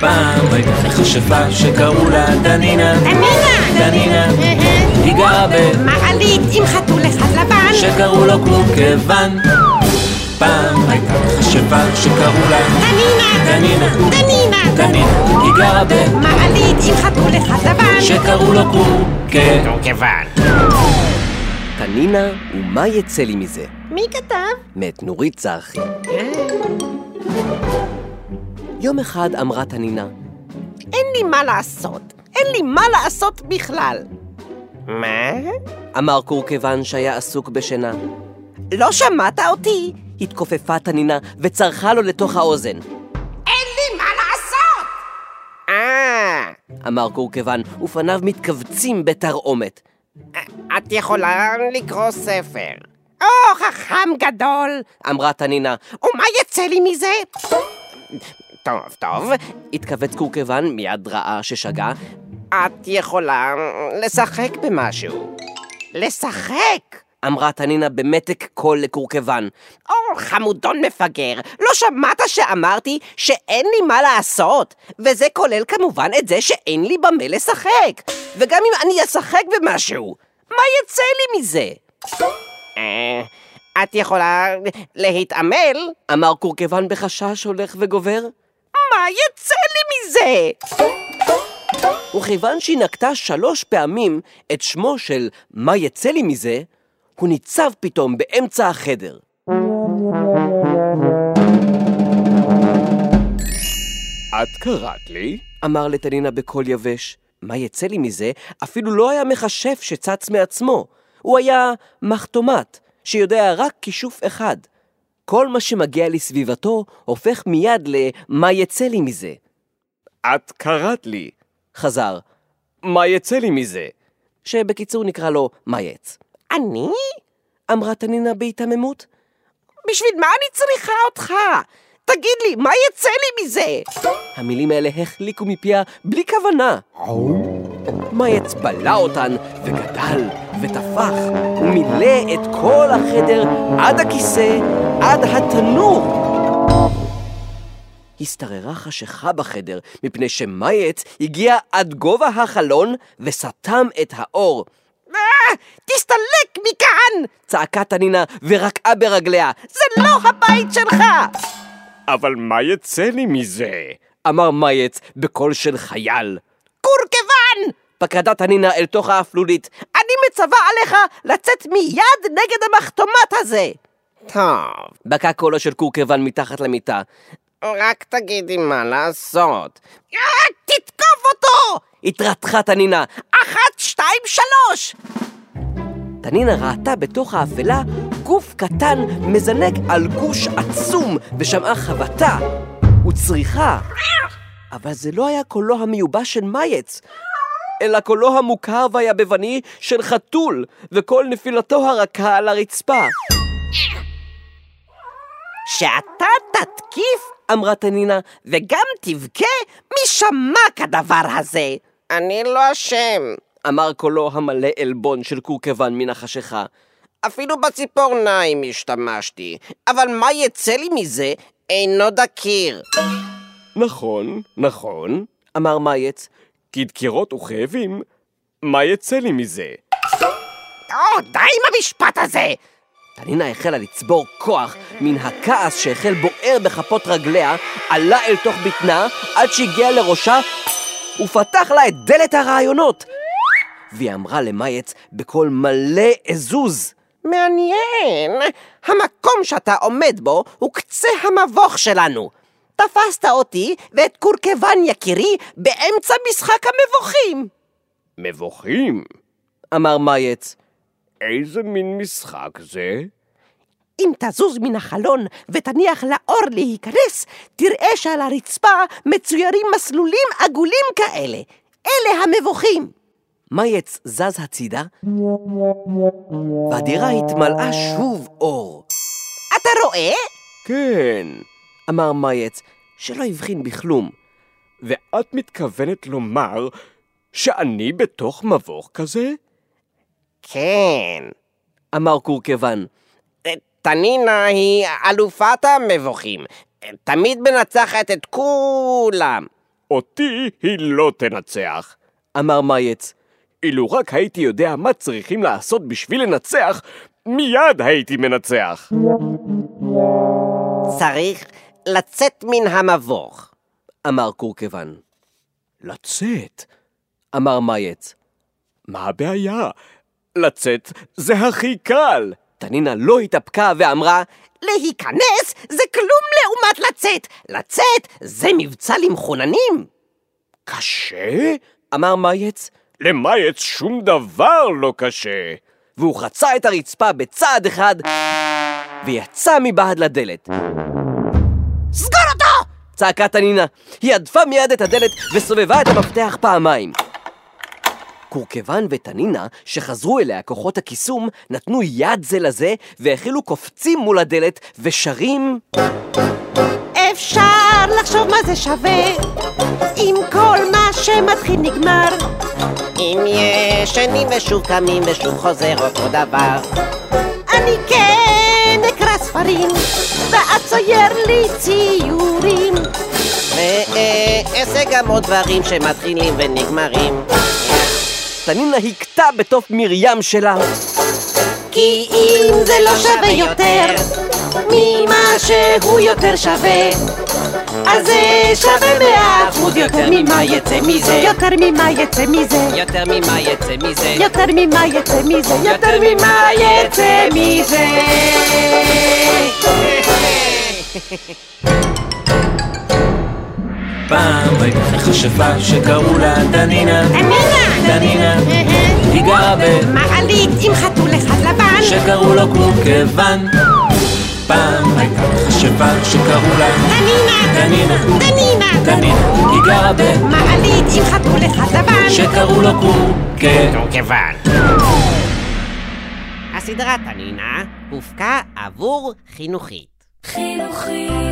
פעם הייתה חשבה שקראו לה דנינה. דנינה! דנינה. אהה. היא גרה מעלית עם חתול אחד לבן. שקראו לו קורקוון. פעם הייתה חשבה שקראו לה דנינה! דנינה. דנינה! דנינה. היא גרה מעלית עם חתול אחד לבן. שקראו לו קורקוון. כיוון. תנינה ומה יצא לי מזה, מי כתב? מאת נורית צרחי. יום אחד אמרה תנינה, אין לי מה לעשות. אין לי מה לעשות בכלל. מה? אמר קורקוון שהיה עסוק בשינה. לא שמעת אותי? התכופפה תנינה וצרחה לו לתוך האוזן. אין לי מה לעשות! אה, אמר קורקוון, ופניו מתכווצים בתרעומת. את יכולה לקרוא ספר. או, חכם גדול! אמרה תנינה, ומה יצא לי מזה? טוב, טוב. התכווץ קורקוון, מיד ראה ששגה, את יכולה לשחק במשהו. לשחק! אמרה תנינה במתק קול לקורקוון. או, חמודון מפגר, לא שמעת שאמרתי שאין לי מה לעשות? וזה כולל כמובן את זה שאין לי במה לשחק. וגם אם אני אשחק במשהו, מה יצא לי מזה? אה, את יכולה להתעמל? אמר קורקוון בחשש הולך וגובר, מה יצא לי מזה? וכיוון שהיא נקטה שלוש פעמים את שמו של "מה יצא לי מזה", הוא ניצב פתאום באמצע החדר. את קראת לי? אמר לתנינה בקול יבש, "מה יצא לי מזה" אפילו לא היה מכשף שצץ מעצמו. הוא היה מחתומת, שיודע רק כישוף אחד. כל מה שמגיע לסביבתו הופך מיד ל"מה יצא לי מזה". את קראת לי. חזר, מה יצא לי מזה? שבקיצור נקרא לו מה יץ. אני? אמרה תנינה בהיתממות, בשביל מה אני צריכה אותך? תגיד לי, מה יצא לי מזה? המילים האלה החליקו מפיה בלי כוונה. מייץ בלע אותן, וגדל, וטפח, ומילא את כל החדר עד הכיסא, עד התנור. השתררה חשיכה בחדר, מפני שמייץ הגיע עד גובה החלון וסתם את האור. אה, תסתלק מכאן! צעקה תנינה ורקעה ברגליה, זה לא הבית שלך! אבל מה יצא לי מזה? אמר מייץ בקול של חייל. קורקוון! פקדה תנינה אל תוך האפלולית, אני מצווה עליך לצאת מיד נגד המחתומת הזה! טוב, בקע קולו של קורקוון מתחת למיטה. רק תגידי מה לעשות. אה, תתקוף אותו! התרתחה תנינה. אחת, שתיים, שלוש! תנינה ראתה בתוך האפלה גוף קטן מזנק על גוש עצום ושמעה חבטה וצריחה. אבל זה לא היה קולו המיובש של מייץ, אלא קולו המוכר והיבבני של חתול וקול נפילתו הרכה על הרצפה. שאתה תתקיף אמרה תנינה, וגם תבכה, מי שמע כדבר הזה? אני לא אשם. אמר קולו המלא עלבון של קורקוון מן החשיכה. אפילו בציפורניים השתמשתי. אבל מה יצא לי מזה? אינו דקיר. נכון, נכון. אמר מייץ, כי דקירות וכאבים, מה יצא לי מזה? או, די עם המשפט הזה! פנינה החלה לצבור כוח מן הכעס שהחל בוער בכפות רגליה, עלה אל תוך בטנה עד שהגיע לראשה ופתח לה את דלת הרעיונות. והיא אמרה למייץ בקול מלא עזוז, מעניין, המקום שאתה עומד בו הוא קצה המבוך שלנו. תפסת אותי ואת קורקוון יקירי באמצע משחק המבוכים. מבוכים. אמר מייץ. איזה מין משחק זה? אם תזוז מן החלון ותניח לאור להיכנס, תראה שעל הרצפה מצוירים מסלולים עגולים כאלה. אלה המבוכים. מייץ זז הצידה, והדירה התמלאה שוב אור. אתה רואה? כן. אמר מייץ, שלא הבחין בכלום. ואת מתכוונת לומר שאני בתוך מבוך כזה? כן. אמר קורקוון, תנינה היא אלופת המבוכים. תמיד מנצחת את כולם. אותי היא לא תנצח. אמר מייץ. אילו רק הייתי יודע מה צריכים לעשות בשביל לנצח, מיד הייתי מנצח. צריך לצאת מן המבוך. אמר קורקוון. לצאת? אמר מייץ. מה הבעיה? לצאת זה הכי קל. תנינה לא התאפקה ואמרה, להיכנס זה כלום לעומת לצאת. לצאת זה מבצע למחוננים. קשה? אמר מייץ, למייץ שום דבר לא קשה. והוא חצה את הרצפה בצעד אחד ויצא מבעד לדלת. סגור אותו! צעקה תנינה, היא הדפה מיד את הדלת וסובבה את המפתח פעמיים. קורקוון ותנינה, שחזרו אליה כוחות הקיסום, נתנו יד זה לזה והחלו קופצים מול הדלת ושרים... אפשר לחשוב מה זה שווה אם כל מה שמתחיל נגמר אם ישנים ושוב קמים ושוב חוזר אותו דבר אני כן אקרא ספרים ואת צייר לי ציורים ואעשה גם עוד דברים שמתחילים ונגמרים תנינה הכתה בתוף מרים שלה כי אם זה לא שווה יותר ממה שהוא יותר שווה אז זה שווה מאה אחוז יותר ממה יצא מזה יותר ממה יצא מזה יותר ממה יצא מזה יותר ממה יצא מזה יותר ממה יצא מזה פעם הייתה חשבה שקראו לה דנינה דנינה היא גרה במעלית עם חתול אחד לבן שקראו לו קורקוון פעם הייתה חשבה שקראו לה דנינה דנינה דנינה דנינה היא גרה במעלית עם חתול אחד לבן שקראו לו קורקוון כיוון הסדרה תנינה הופקה עבור חינוכית חינוכית